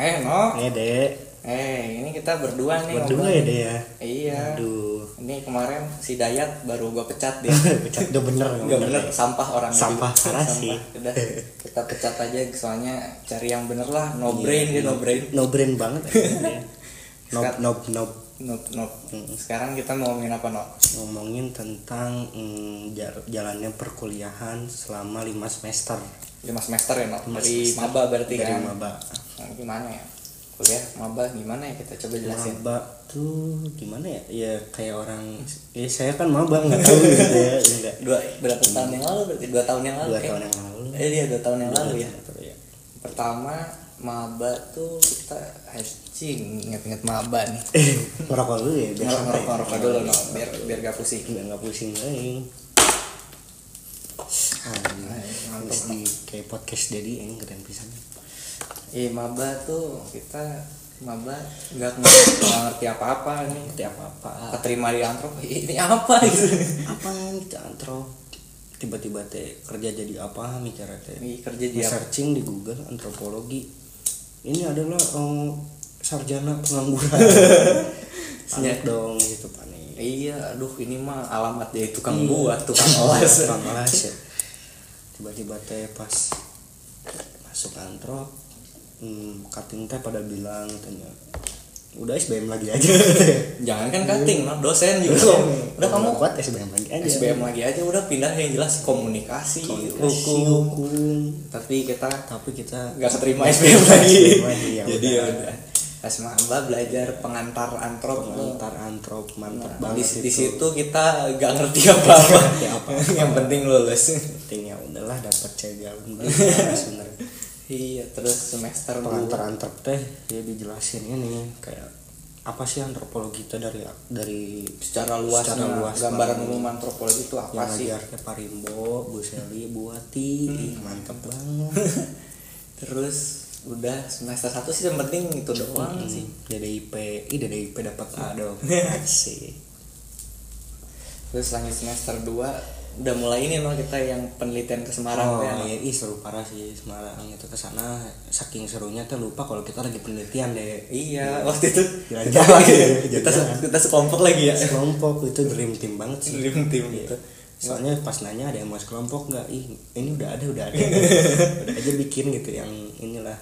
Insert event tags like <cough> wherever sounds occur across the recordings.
Nih dek, Eh, ini kita berdua nih. berdua ya ngobrol. dek ya. Iya. Aduh, <laughs> Ini kemarin si Dayat baru gue pecat dia. pecat udah bener Gak bener, sampah orang Sampah, parah sih. Udah, kita pecat aja soalnya cari yang bener lah. No Iya, brain dia no brain. No brain banget. <laughs> ya. Nob nob nob No, no. Sekarang kita mau ngomongin apa no? ngomongin tentang mm, jar- jalannya perkuliahan selama 5 semester Lima semester ya no. Lima Dari semester. maba berarti dari kan. maba. Nah, gimana ya? Kuliah maba gimana ya kita coba jelasin. Maba tuh gimana ya? Ya kayak orang ya saya kan maba nggak tahu gitu ya. Ya, <laughs> nggak. Dua berapa tahun yang lalu berarti dua tahun yang lalu. Dua eh. tahun yang lalu. Eh iya dua tahun yang lalu ya. Ya. pertama maba tuh kita anjing inget-inget maba nih Ngerokok dulu ya ngerokok biar santai. ngerokok ngerokok dulu Iya. no biar biar gak pusing nggak nggak pusing lain Nah, ah, ngantuk. terus di kayak podcast jadi ini keren pisan iya maba tuh kita maba nggak ngerti, nggak ngerti apa-apa nih seperti apa apa keterima di antrop <laughs> "Ih, ini apa gitu apa antro tiba-tiba teh kerja jadi apa mikirnya teh ini kerja di apa searching di Google antropologi ini adalah eh, sarjana pengangguran panik dong gitu panik iya aduh ini mah alamat dari tukang Iya. buat tukang <laughs> oles Tukang oles ya. tiba-tiba teh pas masuk antro hmm, cutting teh pada bilang tanya udah SBM lagi aja jangan kan cutting no dosen juga udah kamu kuat SBM lagi aja SBM lagi aja udah pindah yang jelas komunikasi, Komunikasi, hukum hukum. tapi kita tapi kita nggak keterima SBM lagi lagi, ya jadi ya udah. udah pas maba belajar pengantar antrop tuh. antar antrop mantap Nah, di, banget di itu. situ kita nggak ngerti apa apa ngerti apa-apa. <laughs> yang penting lulus pentingnya ya udahlah dapat <laughs> cegalan gitu, sebenarnya iya terus semester pengantar dua antrop teh dia dijelasin ini kayak apa sih antropologi itu dari dari secara luas, nah, Secara luas gambaran banget. umum antropologi itu apa yang sih Hmm. ngajarnya Parimbo, Bu Seli, Bu Wati, Ih, mantep <laughs> banget. terus udah semester satu sih yang penting itu doang Hmm. sih Iya. DDIP, ih DDIP dapat A <laughs> dong. Asik. terus lanjut semester 2 udah mulai ini loh kita yang penelitian ke Semarang Oh tuh ya, Nol. iya, ih seru parah sih Semarang itu ke sana saking serunya tuh lupa kalau kita lagi penelitian deh. Iya, waktu itu kita, Jalan-jalan ya, <laughs> kita, jalan-jalan. kita sekelompok lagi ya. <laughs> Kelompok itu dream team banget sih. Dream team gitu. Soalnya pas nanya ada yang mau sekelompok nggak? Ih, ini udah ada, <laughs> udah ada. udah aja bikin gitu yang inilah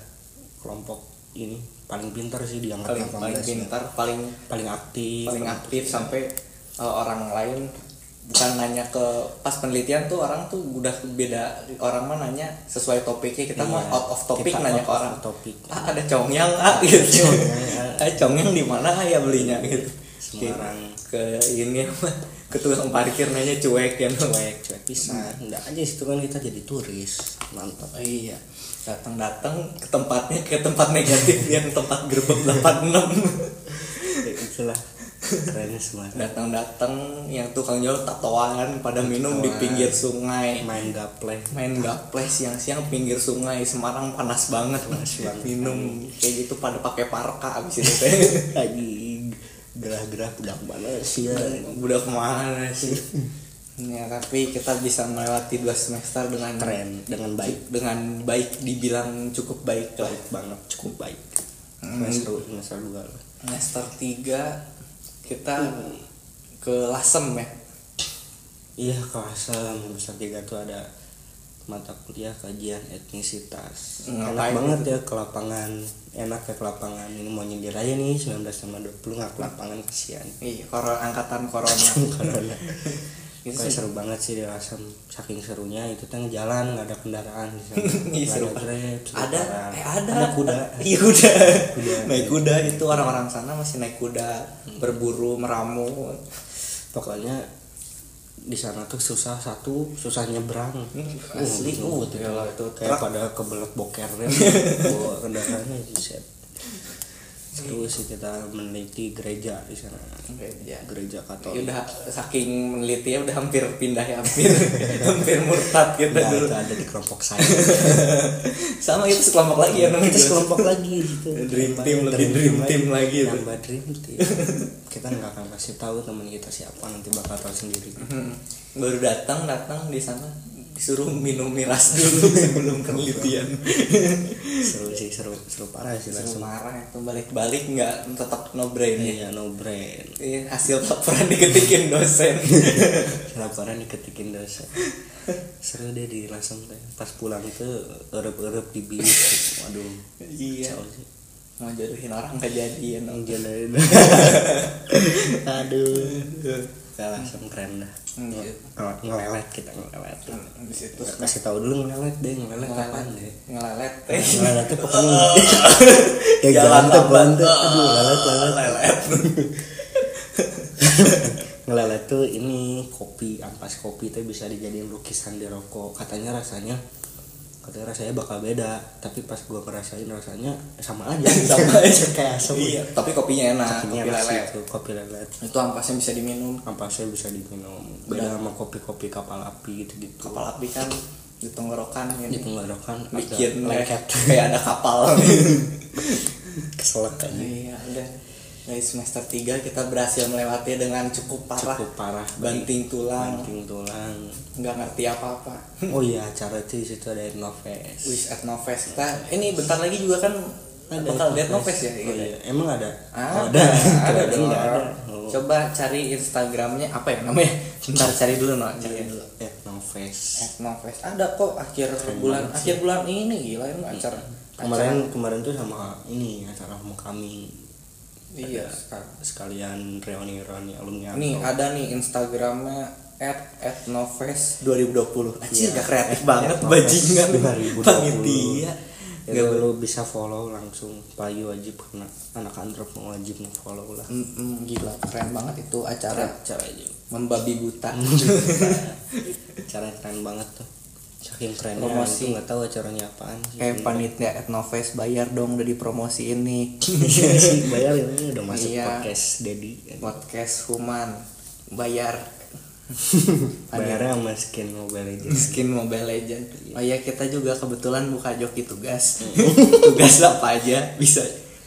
kelompok ini paling pintar sih di angkatan Paling paling 18. pintar, paling paling aktif, paling aktif sampai uh, orang lain bukan nanya ke pas penelitian tuh orang tuh udah beda orang mah nanya sesuai topiknya kita mah Iya, out of topic kita nanya out ke of orang <laughs> topic. ah ada congyang ah <laughs> gitu Congyang, ah. ah congyang di mana ah, ya belinya gitu Semarang. ke ini apa ke tukang parkir nanya cuek ya Nol. cuek cuek pisan enggak aja situ kan kita jadi turis mantap Oh Eh, iya, datang-datang ke tempatnya ke tempat negatif yang tempat gerbek 86. Ya, itulah kerennya Semarang Datang-datang yang tukang jual tatoan pada minum di Tatoan. pinggir sungai. main gaple Main gaple siang-siang pinggir sungai Semarang panas banget. banget. Minum kayak gitu pada pakai parka abis <laughs> itu teh. lagi gerah-gerah udah kemana sih ya Udah kemana sih? Ya, tapi kita bisa melewati dua semester dengan keren dengan baik dengan baik dibilang cukup baik lah. baik banget cukup baik Hmm. nggak seru nggak seru dua lah semester 3 kita ke Lasem ya iya kawasan besar tiga tuh ada mata kuliah kajian etnisitas Ngapain enak banget ya ke lapangan enak ya ke lapangan ini mau nyindir aja nih 19 sama 20 nggak ke lapangan kasihan <laughs> iya kor- angkatan corona Corona. Itu Kayak sih. seru banget sih di Lasem saking serunya itu kan jalan nggak ada <laughs> kendaraan di sana. Iya, Nggak seru ada Grab, seru ada parah. eh ada ada kuda <laughs> iya kuda. Kuda. naik kuda itu orang-orang sana masih naik kuda berburu meramu pokoknya di sana tuh susah satu susah nyebrang Hmm, asli. Uh, Uh, gila, itu kayak truk. pada kebelet bokernya Oh, bawa kendaraannya set. terus sih kita meneliti gereja di sana ya gereja Katolik udah saking meneliti ya udah hampir pindah ya <laughs> hampir hampir murtad kita Nah, dulu itu ada di kelompok saya sama itu sekelompok lagi ya namanya kita sekelompok lagi gitu Dream team, lebih dream team lagi itu. nambah dream team <laughs> kita nggak akan kasih tahu teman kita siapa nanti bakal tahu sendiri Hmm, baru datang datang <laughs> di sana disuruh minum miras dulu sebelum penelitian seru sih seru seru parah sih Seru langsung marah itu balik-balik nggak tetap no brain ya. iya no brain Iya, hasil laporan diketikin <laughs> dosen. laporan diketikin dosa seru deh di langsung teh pas pulang tuh erup-erup di bis waduh iya. jauh sih Mau jodohin orang kejadian. Emang jalanin aduh Udah langsung keren dah Nge- ngelelet kita ngelelet Di situ Terus kasih tahu dulu ngelelet deh ngelelet kapan deh ngelelet teh. ngelelet tuh pokoknya ya Jalan jalan tuh lambat. bantu aduh lelet lelet Lelet. <laughs> ngelelet tuh ini kopi ampas kopi tuh bisa dijadiin lukisan di rokok katanya rasanya katanya rasanya bakal beda tapi pas gua ngerasain rasanya sama aja <laughs> Sama aja. kayak asam Iya, tapi kopinya enak, Kopinya kopi enak sih lelet. itu, kopi lelet Itu ampasnya bisa diminum. ampasnya bisa diminum beda sama kopi-kopi kapal api gitu gitu Kapal api kan di tenggorokan di ini. tenggorokan Bikin kan? ada Iya, lengket Iya. kayak ada <laughs> kapal. keselak aja Iya, udah. Dari semester 3 kita berhasil melewati dengan cukup parah. cukup parah Banting tulang, banting tulang nggak ngerti apa-apa. oh iya acara itu di situ ada noves Wish at Noves kita. Ini bentar lagi juga kan bakal dead Noves ya. oh, gitu ya? iya. emang ada Ah, ada <laughs> <laughs> ada, Kirain dong. nggak ada Oh. Coba cari Instagramnya apa ya namanya? Bentar cari dulu Iya. no, cari dulu. at noves Eh, Etnofest ada kok akhir bulan akhir bulan ini gila ini acara kemarin acara- kemarin tuh sama ini acara homecoming iya sekarang. sekalian reuni reuni alumni Nih Atau- ada nih Instagramnya at etnofest 2020 Anjir Iya. gak kreatif banget Etnofest <laughs> bajingan Iya. <laughs> 2020. Panitia Jadi lu bisa follow langsung pagi wajib karena anak androp mau wajib follow lah Mm, mm, Gila keren banget itu acara acara aja <laughs> Membabi buta acara keren banget tuh saking keren Promosi. nggak tahu acaranya apaan sih. <laughs> Eh panitia etnofest bayar dong udah dipromosi ini Iya sih, bayar ini udah masuk Iya. podcast Dedi Podcast Human Bayar bayarnya sama skin mobile Legends skin Mobile Legend. Oh ya kita juga kebetulan buka joki <laughs> tugas. tugas apa aja bisa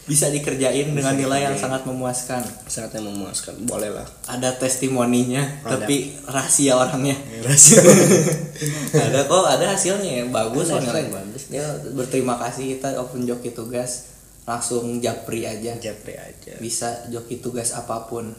bisa dikerjain dengan nilai yang sangat memuaskan. saatnya memuaskan boleh lah Ada testimoninya, Ada. tapi rahasia <laughs> orangnya. <laughs> ada kok, ada hasilnya ya. bagus Ada kok nilai hasilnya, bagus. Dia berterima kasih kita open joki tugas langsung japri aja. japri aja Bisa joki tugas apapun.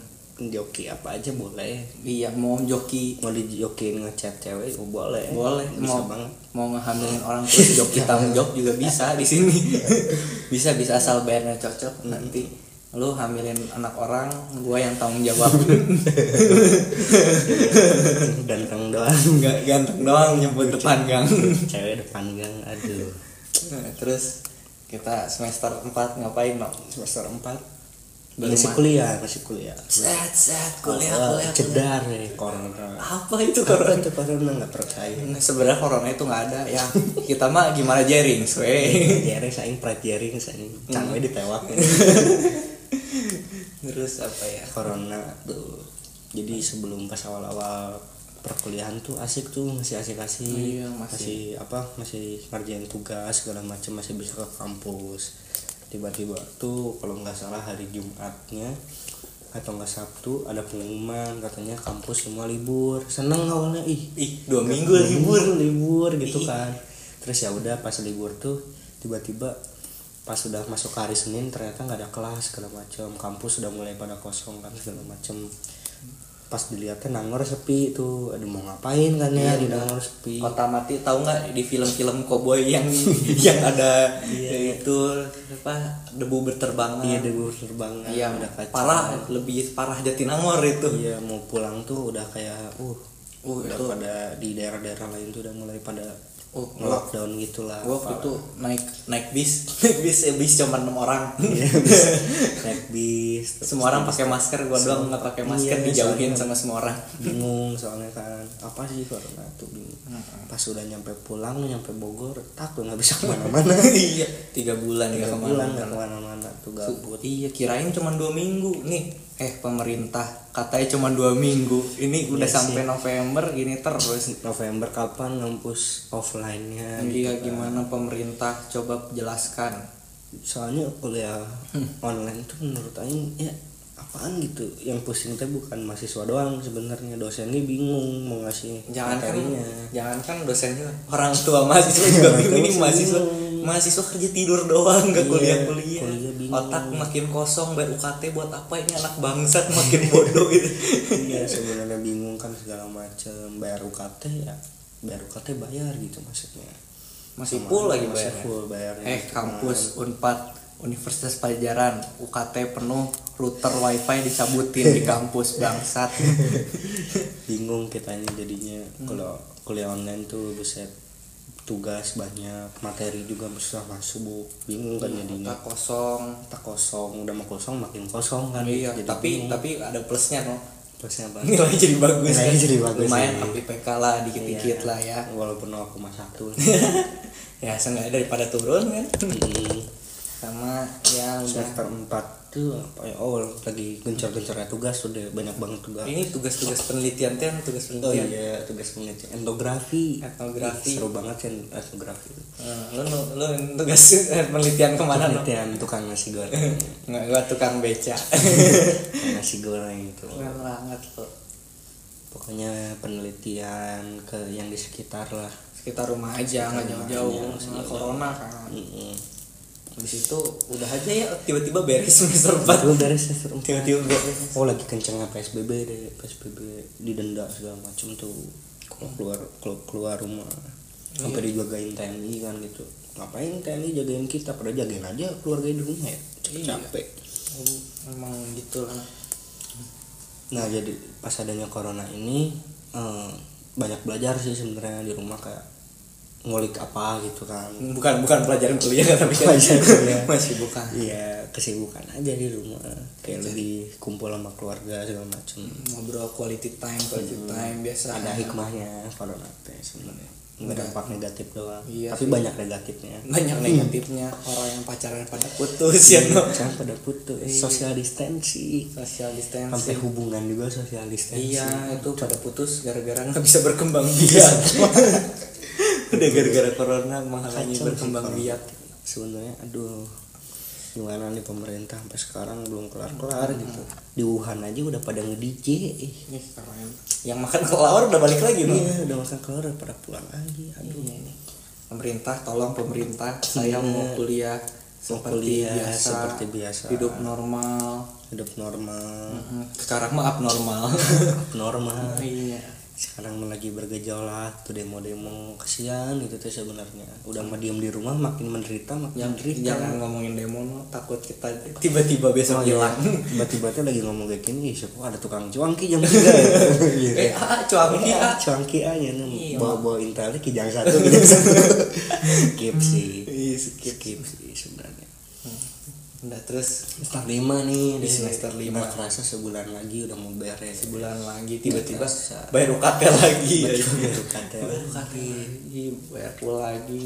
joki apa aja boleh Iya mau joki mau dijokiin ngechat cewek oh, boleh boleh bisa mau banget <laughs> mau ngehamilin orang terus <laughs> job kita job juga bisa di sini <laughs> bisa bisa asal bayarnya cocok nanti lu hamilin anak orang gue yang tanggung jawab <laughs> ganteng doang <laughs> nggak ganteng doang nyebut depan gang cewek depan gang aduh Nah, terus kita semester 4 ngapain no semester 4 Belum masih ada. kuliah masih kuliah set set kuliah Ah, kuliah kuliah. jedar ya corona <laughs> apa itu corona corona Nah, tuh corona nggak <laughs> percaya sebenarnya corona itu nggak ada ya kita mah gimana jaring <laughs> we Jering saing pride jering saing cangwe Hmm. <laughs> ditewak ini. terus apa ya corona tuh jadi sebelum pas awal-awal perkuliahan tuh asik tuh masih asik-asik Iya, masih. apa masih ngerjain tugas segala macam masih bisa ke kampus tiba-tiba tuh kalau nggak salah hari Jumatnya atau nggak Sabtu ada pengumuman katanya kampus semua libur seneng awalnya ih ih dua minggu libur Iya. libur gitu kan terus ya udah pas libur tuh tiba-tiba pas udah masuk ke hari Senin ternyata nggak ada kelas segala macam kampus udah mulai pada kosong kan segala macam pas dilihatnya Nangor sepi tuh aduh mau ngapain kan Iya, ya di Nangor sepi kota mati tahu nggak di film-film koboi <laughs> yang yang ada itu apa debu berterbangan iya debu terbangan Iya, udah kacau parah lebih parah Jatinangor itu iya mau pulang tuh udah kayak uh uh udah itu pada di daerah-daerah lain tuh udah mulai pada uh, gua, lockdown gitulah gua waktu parah. itu naik naik bis <laughs> naik bis eh, bis cuma enam orang Iya, bis. <laughs> naik bis terus <laughs> semua orang pakai masker gua doang nggak pakai masker Iya, dijauhin soalnya- sama semua orang bingung soalnya kan apa sih corona tuh bingung Mm-mm. pas udah nyampe pulang nyampe Bogor tak nggak bisa <laughs> kemana-mana <laughs> iya tiga bulan nggak nggak kemana pulang nggak kemana-mana tuh gabut Iya kirain cuma dua minggu nih. Eh pemerintah katanya cuma dua minggu. Ini udah Iya sampai November gini terus. November kapan ngampus offline-nya gitu Iya kan. gimana pemerintah coba jelaskan. Hmm. soalnya kuliah online tuh menurut Aing ya apa apaan gitu yang pusing teh bukan mahasiswa doang sebenarnya dosennya bingung mau ngasih jangan kan materinya. jangan kan dosennya orang tua mahasiswa juga Orang tua bingung ini masih mahasiswa bingung. mahasiswa kerja tidur doang nggak Iya, kuliah kuliah kuliah bingung. otak makin kosong bayar UKT buat apa ini anak bangsat makin bodoh <laughs> gitu iya sebenarnya bingung kan segala macam bayar UKT ya bayar UKT bayar gitu maksudnya masih Sama full aja, lagi masih bayarnya. full bayarnya eh gitu kampus unpad Universitas Pajajaran UKT penuh router wifi dicabutin <laughs> di kampus bangsat kan. bingung kitanya jadinya Hmm. kalau kuliah online tuh buset tugas banyak materi juga susah masuk Bu. bingung kan jadinya otak kosong tak kosong udah mau kosong makin kosong kan iya Jadi tapi bingung. tapi ada plusnya no Plusnya apa? Iya. nilai jadi bagus Nilainya kan? jadi bagus lumayan sih. up IPK lah dikit-dikit Iya, lah ya walaupun <laughs> 0,1 ya seenggaknya daripada turun kan Mm-mm. sama ya udah Hmm. semester 4 tuh apa ya oh lagi gencar-gencarnya tugas udah banyak banget tugas ini tugas-tugas penelitian kan tugas oh penelitian iya tugas penelitian etnografi Etnografi. seru banget sih etnografi Eh, lu lu- lu tugas <laughs> eh, penelitian kemana no? penelitian tukang nasi <laughs> goreng nggak gua tukang <laughs> beca Tukang nasi goreng itu Keren banget lo pokoknya penelitian ke yang di sekitar lah sekitar rumah aja nggak Sekitar rumah aja, jauh-jauh nggak Nah, jauh-jauh. corona kan Mm-mm. habis itu udah aja ya tiba-tiba beres <laughs> semester 4 baru dari semester empat. tiba-tiba beres oh lagi kencengnya psbb deh psbb didenda segala macem tuh kalau keluar kalau keluar rumah sampai Iya. dijagain tni kan gitu ngapain tni jagain kita pada jagain aja keluarga di rumah ya Iya. capek emang gitu lah nah jadi pas adanya corona ini eh, banyak belajar sih sebenarnya di rumah kayak ngulik apa gitu kan bukan bukan pelajaran kuliah tapi kan Pelajaran kuliah. <laughs> masih bukan iya kesibukan aja di rumah Iya. kayak lebih kumpul sama keluarga segala macem ngobrol quality time quality time biasa ada hikmahnya corona teh sebenarnya nggak dampak negatif doang Iya tapi sih. banyak negatifnya banyak negatifnya orang yang pacaran pada putus ya no Iya, jangan pada putus Iya. social distancing social sampai distancing hubungan juga social distancing iya itu pada putus gara-gara nggak bisa berkembang biak udah gara-gara corona menghalangi Kacau sih berkembang corona. biak sebenarnya aduh gimana nih pemerintah sampai sekarang belum kelar kelar Iya. gitu di Wuhan aja udah pada nge DJ Ih, keren. yang makan kelawar udah balik lagi no iya udah makan keluar udah pada pulang lagi aduh Iya. pemerintah tolong pemerintah saya Iya. mau kuliah seperti kuliah biasa seperti biasa. hidup normal hidup normal Hmm, sekarang mah abnormal normal iya sekarang mah lagi bergejolak tuh demo-demo kesian itu tuh sebenarnya udah mah diem di rumah makin menderita makin yang kan? menderita jangan ngomongin demo no. takut kita tiba-tiba besok Oh, iya. <laughs> hilang tiba-tiba tuh lagi ngomong kayak gini "Ih, siapa ada tukang cuangki jam <laughs> tiga ya eh ah ah, cuangki ah cuangki aja Iya. nih bawa-bawa intelnya kijang satu kijang satu <laughs> skip sih Iya, skip. skip sih sebenarnya udah terus semester lima nih Di semester lima. Nggak kerasa sebulan lagi udah mau beres iya. sebulan lagi Iya, tiba-tiba Terasa. bayar UKT lagi Baru kata, bayar UKT lagi bayar pul lagi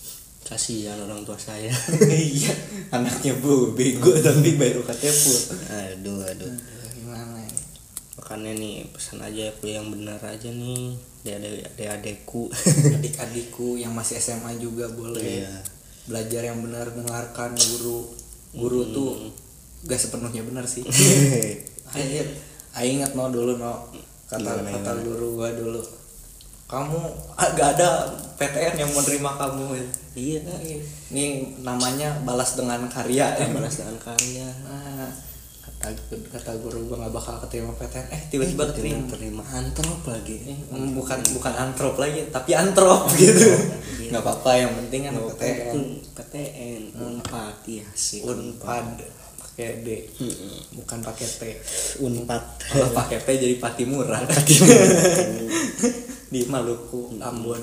<laughs> kasihan orang tua saya <laughs> iya anaknya bu bego tapi bayar UKT full aduh aduh Aduh, Iya, gimana ya makanya nih pesan aja kuliah yang benar aja nih dari adik adekku adik-adikku yang masih SMA juga boleh Iya. belajar yang benar dengarkan guru guru tuh gak sepenuhnya benar sih Iya. Akhir, Aing ingat no dulu no kata Gimana, kata gimana? guru gua dulu kamu agak ada PTN yang menerima kamu Nah, iya ini namanya balas dengan karya ya. <laughs> balas dengan karya Nah, kata kata guru gua nggak bakal keterima PTN eh tiba-tiba terima keterima terima antrop lagi Hmm, bukan bukan antrop lagi tapi antrop <laughs> gitu Iya. nggak apa-apa yang penting kan Yang PTN penting PTN unpad ya sih unpad pakai D Mm-mm. bukan pakai <laughs> T unpad kalau pakai T jadi Patimura <laughs> di Maluku Ambon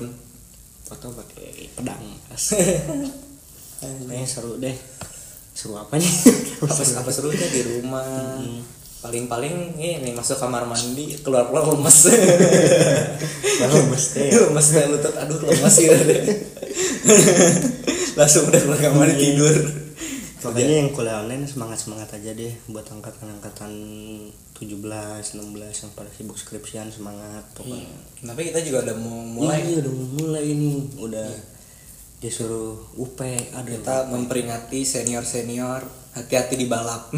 foto pakai pedang pas kayaknya seru deh seru apa nih apa apa serunya di rumah paling-paling ini masuk kamar mandi keluar keluar <laughs> lemes Iya. Baru mesti lemes kayak lutut aduh lemes gitu <laughs> deh langsung udah keluar kamar mandi tidur Iya. Makanya yang kuliah online semangat-semangat aja deh buat angkatan-angkatan 17, 16 yang pada sibuk skripsian semangat pokoknya. Iya. tapi kita juga udah mau mulai Iya. Iya, udah mau mulai ini, udah disuruh UP ada kita memperingati senior senior hati-hati di <laughs> balap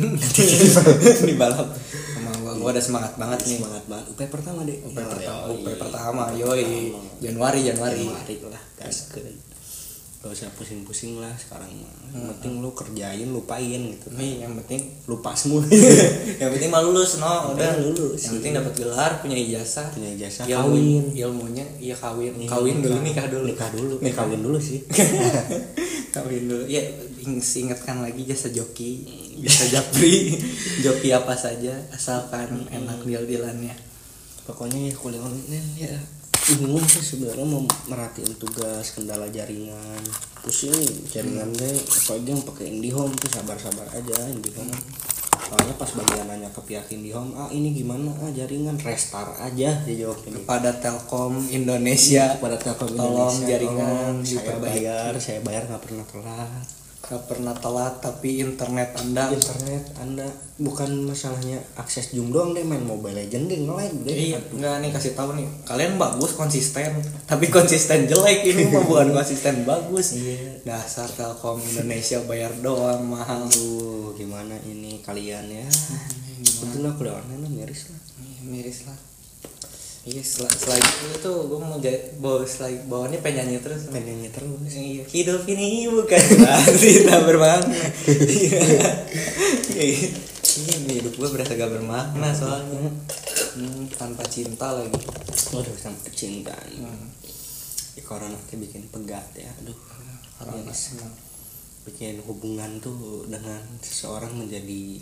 di balap sama gua gua udah semangat banget nih semangat banget UP pertama Ya, deh UP Yoi. pertama Yoi. UP pertama yoi Januari Januari iya. Januari lah gas ke gak usah pusing-pusing lah sekarang mah yang penting lu kerjain lupain gitu nih yang penting lupa semua <laughs> yang penting mah lulus no udah penting lulus. yang penting dapat gelar punya ijazah punya jasa ilmu ilmunya iya kawin kawin dulu kan. nikah dulu nikah dulu eh kawin dulu sih <laughs> kawin dulu ya ing- ingatkan lagi jasa joki jasa <laughs> japri joki apa saja asalkan enak deal-dealannya pokoknya ya kuliah online ya bingung sih sebenarnya mau merhatiin tugas kendala jaringan pusing jaringan deh apalagi yang pakai IndiHome tuh sabar-sabar aja IndiHome soalnya pas bagian nanya ke pihak IndiHome ah ini gimana ah jaringan restart aja dia jawab ini kepada Telkom Indonesia kepada Telkom Iya. Tolong Indonesia, jaringan tolong, saya diperbaiki. bayar saya bayar nggak pernah telat gak pernah telat tapi internet anda internet anda bukan masalahnya akses jum doang deh main Mobile Legend deh nge-lag deh Iya, enggak nih kasih tahu nih. Kalian bagus konsisten, tapi konsisten jelek ini mah <laughs> bukan konsisten bagus. Iya. Dasar Telkom Indonesia bayar doang mahal. Aduh, gimana ini kalian ya? Itu lah kuliah online lah, miris lah. Iya, Miris lah. Iya, sel selagi itu gue mau jadi bawa selagi bawaannya pengen nyanyi terus. Pengennya terus. Iya, hidup ini bukan <laughs> berarti tak bermakna. Iya. Iya, ini hidup gue berasa gak bermakna soalnya. Hmm, tanpa cinta lagi. Waduh, sama kecintaan. Hmm. Ya, corona tuh bikin pegat ya. Aduh, Orang senang. bikin hubungan tuh dengan seseorang menjadi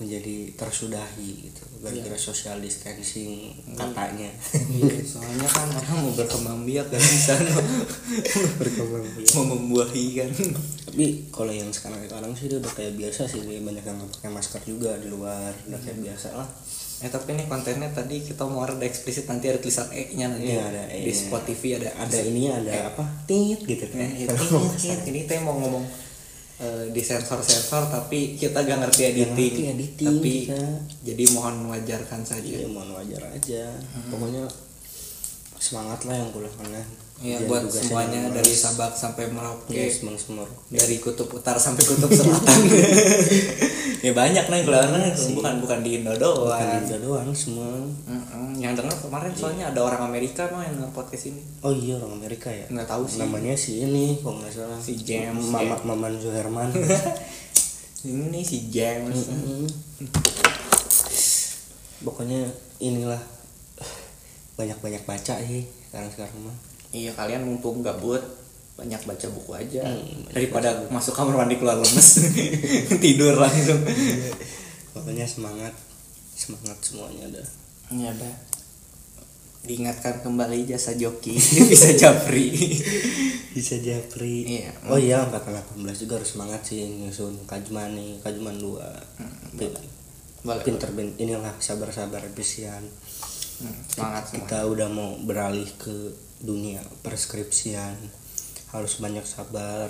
menjadi tersudahi gitu gara-gara social distancing katanya Iya, soalnya kan orang mau berkembang biak kan di sana <laughs> berkembang iya. mau membuahi kan tapi kalau yang sekarang sekarang sih dia udah kayak biasa sih dia banyak yang nggak pakai masker juga di luar udah kayak biasa lah eh tapi ini kontennya tadi kita mau ada eksplisit nanti ada tulisan e nya nanti Iya, ada E-nya. di Spotify ada ada ininya ada apa tit gitu kan Eh, Kalau ini- mau nggak salah. ini teh mau ngomong eh, di sensor-sensor tapi kita gak ngerti editing, ngerti editing tapi kita. jadi mohon wajarkan saja Iya, mohon wajar aja Hmm. pokoknya semangat lah yang kuliah online ya Jangan buat tugasnya semuanya jangan dari males. Sabak sampai Merauke Iya, semang semor dari kutub utara sampai kutub <laughs> selatan ya banyak nih keluarnya bukan bukan di Indo doang Iya. bukan Iya. Indo doang semua Mm-mm, yang dengar kemarin soalnya ada orang Amerika mah yang podcast ini oh iya orang Amerika ya nggak tahu sih namanya si ini kalau nggak salah Nah, Si James, ya. Mamat Maman <laughs> Zuherman ini nih si James Mm-mm. pokoknya inilah banyak banyak baca sih sekarang sekarang mah iya kalian mumpung gabut banyak baca buku aja Hmm, banyak daripada masuk kamar mandi keluar lemes <laughs> tidur langsung pokoknya semangat semangat semuanya dah ya dah diingatkan kembali jasa joki <laughs> bisa japri bisa japri Iya. oh iya angkatan 18 juga harus semangat sih nyusun kajman nih kajman dua Pin- Hmm, boleh pinter bin- inilah sabar-sabar pisian Hmm, semangat semangat kita udah mau beralih ke dunia preskripsian harus banyak sabar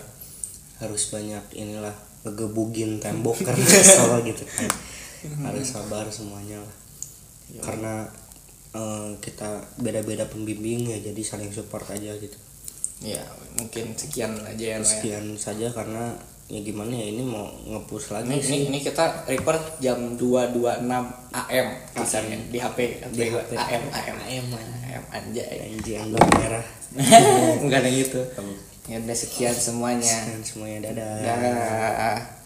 harus banyak inilah ngegebugin tembok <laughs> karena salah gitu kan Hmm. harus sabar semuanya lah Iya. karena eh, kita beda-beda pembimbing ya jadi saling support aja gitu ya mungkin sekian aja ya Noya. sekian saja karena ya gimana ya ini mau ngepush lagi Ini, sih ini, ini kita record jam 2.26 AM misalnya di HP, Ah, iya. Di gue. HP. AM AM AM AM <laughs> anjay. anjing anggur merah Enggak ada gitu. Ya udah sekian semuanya. Iya. dan semuanya dadah Dah.